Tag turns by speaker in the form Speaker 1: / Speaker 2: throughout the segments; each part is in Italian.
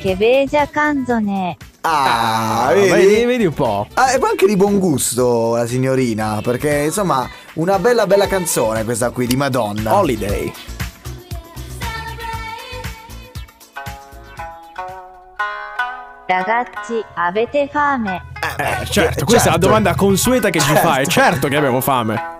Speaker 1: che beja canzone.
Speaker 2: Ah,
Speaker 3: vedi,
Speaker 2: vedi?
Speaker 3: vedi un po'.
Speaker 2: Ah, e poi anche di buon gusto la signorina, perché insomma, una bella bella canzone questa qui di Madonna. Eh,
Speaker 3: Holiday.
Speaker 1: Ragazzi, avete fame?
Speaker 3: Eh, certo, questa è la
Speaker 2: certo.
Speaker 3: domanda consueta che ci
Speaker 2: Certo.
Speaker 3: fai. Certo che abbiamo fame.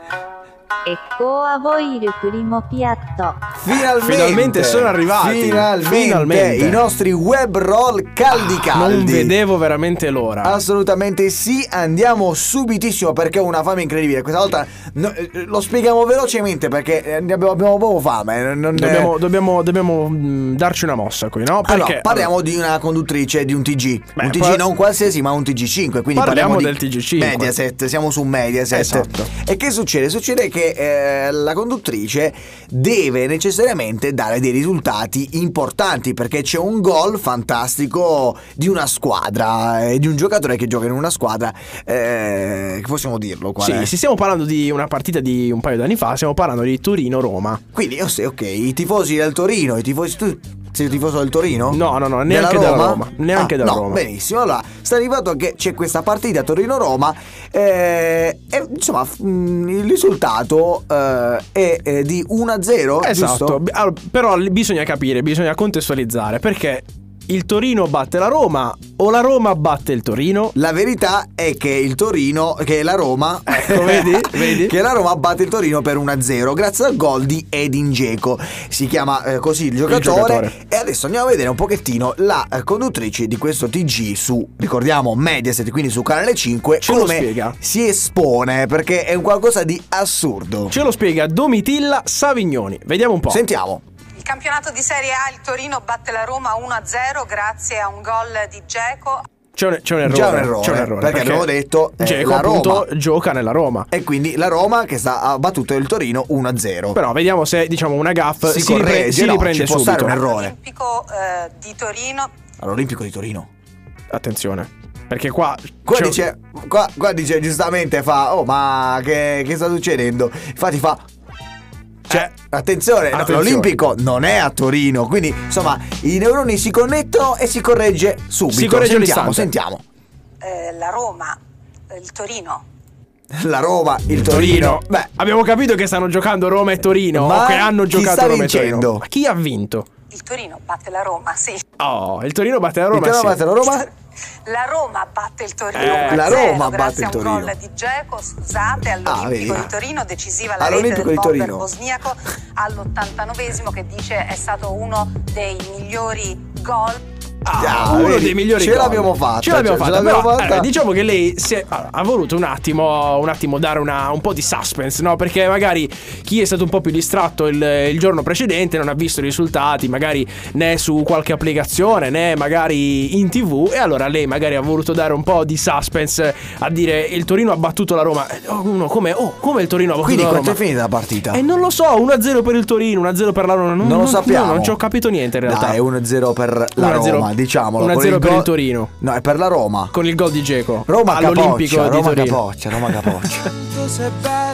Speaker 1: Ecco a voi il primo piatto.
Speaker 2: Finalmente,
Speaker 3: Finalmente sono arrivati.
Speaker 2: Finalmente,
Speaker 3: Finalmente. Ah,
Speaker 2: i nostri web roll caldi caldi. Ah,
Speaker 3: Non vedevo veramente l'ora.
Speaker 2: Assolutamente sì, andiamo subitissimo perché ho una fame incredibile. Questa volta no, eh, lo spieghiamo velocemente perché eh, ne abbiamo, abbiamo proprio fame. eh, non-
Speaker 3: Dobbiamo,
Speaker 2: eh.
Speaker 3: dobbiamo- dobbiamo, mh, darci una mossa qui, no? Perché
Speaker 2: Allora, Ah, parliamo di una conduttrice di un TG.
Speaker 3: Beh,
Speaker 2: un TG
Speaker 3: par-
Speaker 2: non qualsiasi, ma un TG5. Quindi
Speaker 3: Parliamo
Speaker 2: parliamo, di
Speaker 3: del TG5.
Speaker 2: Mediaset, siamo su Mediaset.
Speaker 3: Esatto.
Speaker 2: E che succede? Succede che eh, la conduttrice deve necessariamente dare dei risultati importanti perché c'è un gol fantastico di una squadra, eh, di un giocatore che gioca in una squadra. eh, possiamo dirlo qual
Speaker 3: Sì,
Speaker 2: è?
Speaker 3: sì, stiamo parlando di una partita di un paio d'anni fa, stiamo parlando di Torino-Roma.
Speaker 2: Quindi, io sei ok, i tifosi del Torino, i tifosi. Tu sei tifoso del Torino?
Speaker 3: No, no, no, neanche
Speaker 2: della
Speaker 3: da Roma, neanche
Speaker 2: Ah,
Speaker 3: da
Speaker 2: no,
Speaker 3: Roma.
Speaker 2: Benissimo, allora sta arrivato che c'è questa partita Torino-Roma eh, e insomma f- mh, il risultato eh, è eh, di 1-0.
Speaker 3: Esatto,
Speaker 2: giusto?
Speaker 3: Bi- allora, però l- bisogna capire, bisogna contestualizzare perché il Torino batte la Roma o la Roma batte il Torino?
Speaker 2: La verità è che il Torino, che la Roma,
Speaker 3: Ecco, vedi? Vedi?
Speaker 2: che la Roma batte il Torino per 1-0 grazie al gol di Edin Dzeko. Si chiama eh, così il giocatore,
Speaker 3: giocatore.
Speaker 2: E adesso andiamo a vedere un pochettino la eh, conduttrice di questo TG su, ricordiamo, Mediaset, quindi su Canale 5,
Speaker 3: Ce lo spiega.
Speaker 2: come si espone perché è un qualcosa di assurdo.
Speaker 3: Ce lo spiega Domitilla Savignoni. Vediamo un po'.
Speaker 2: Sentiamo.
Speaker 4: Il campionato di Serie A, il Torino batte la Roma 1-0 grazie a un gol di Geco.
Speaker 3: C'è un, c'è un errore.
Speaker 2: Già un errore,
Speaker 3: c'è un errore,
Speaker 2: perché abbiamo detto, eh,
Speaker 3: Dzeko,
Speaker 2: la
Speaker 3: appunto
Speaker 2: Roma. Oh.
Speaker 3: gioca nella Roma.
Speaker 2: E quindi la Roma che sta ha battuto il Torino 1-0.
Speaker 3: Però vediamo se diciamo una gaff si,
Speaker 2: Si
Speaker 3: ripre-
Speaker 2: corregge,
Speaker 3: si
Speaker 2: no,
Speaker 3: riprende
Speaker 2: ci può
Speaker 3: subito.
Speaker 2: stare un errore.
Speaker 4: Olimpico eh, di Torino.
Speaker 2: All'Olimpico di Torino.
Speaker 3: Attenzione. Perché qua,
Speaker 2: Qua
Speaker 3: c'è un-
Speaker 2: dice, qua, qua dice giustamente fa, oh ma che, che sta succedendo? Infatti fa,
Speaker 3: Cioè,
Speaker 2: eh, attenzione, no,
Speaker 3: Attenzione.
Speaker 2: l'Olimpico non è a Torino, quindi insomma i neuroni si connettono e si corregge subito.
Speaker 3: Si corregge
Speaker 2: sentiamo,
Speaker 3: all'istante.
Speaker 2: sentiamo.
Speaker 4: eh, la Roma, eh, il Torino.
Speaker 2: La Roma, il
Speaker 3: Torino.
Speaker 2: Torino. Beh,
Speaker 3: abbiamo capito che stanno giocando Roma e Torino.
Speaker 2: Ma
Speaker 3: o che hanno
Speaker 2: chi
Speaker 3: giocato
Speaker 2: sta
Speaker 3: Roma e Torino.
Speaker 2: vincendo?
Speaker 3: Ma chi ha vinto?
Speaker 4: Il Torino batte la Roma, sì.
Speaker 3: Oh, il Torino batte la Roma.
Speaker 2: il Torino
Speaker 3: sì.
Speaker 2: batte la Roma.
Speaker 4: La Roma batte il Torino.
Speaker 3: Eh,
Speaker 4: 1-0
Speaker 2: la Roma batte
Speaker 4: grazie
Speaker 2: il
Speaker 4: a un
Speaker 2: Torino. Ah,
Speaker 4: gol di Geco, scusate, all'Olimpico
Speaker 2: vedi.
Speaker 4: di Torino, decisiva la rete
Speaker 2: All'Olimpico
Speaker 4: del
Speaker 2: di
Speaker 4: bomber
Speaker 2: Torino.
Speaker 4: bosniaco all'89esimo che dice è stato uno dei migliori gol.
Speaker 3: Ah,
Speaker 2: Ah,
Speaker 3: uno
Speaker 2: vedi,
Speaker 3: dei migliori
Speaker 2: ce
Speaker 3: gol.
Speaker 2: l'abbiamo fatta,
Speaker 3: Ce l'abbiamo
Speaker 2: cioè, ce
Speaker 3: fatta.
Speaker 2: l'abbiamo
Speaker 3: però,
Speaker 2: fatta.
Speaker 3: eh, diciamo che lei si è- allora, ha voluto un attimo, un attimo dare una- un po' di suspense, no? Perché magari chi è stato un po' più distratto il, il giorno precedente non ha visto i risultati, magari né su qualche applicazione né magari in tv. E allora lei magari ha voluto dare un po' di suspense a dire il Torino ha battuto la Roma. Eh, oh, Uno, come, oh, come il Torino ha battuto
Speaker 2: Quindi
Speaker 3: la
Speaker 2: quanto
Speaker 3: Roma?
Speaker 2: è finita la partita?
Speaker 3: E non lo so, 1-0 per il Torino, 1-0 per la Roma. Non,
Speaker 2: non, lo
Speaker 3: non-
Speaker 2: sappiamo.
Speaker 3: no, non ci ho capito niente in realtà.
Speaker 2: Dai, è 1-0 per la
Speaker 3: 1-0
Speaker 2: Roma, diciamolo.
Speaker 3: 1-0
Speaker 2: con
Speaker 3: per il
Speaker 2: gol-
Speaker 3: Torino.
Speaker 2: No, è per la Roma.
Speaker 3: con il gol di Geco
Speaker 2: Roma
Speaker 3: all'Olimpico
Speaker 2: capoccia,
Speaker 3: di
Speaker 2: Roma
Speaker 3: Torino.
Speaker 2: capoccia, Roma capoccia.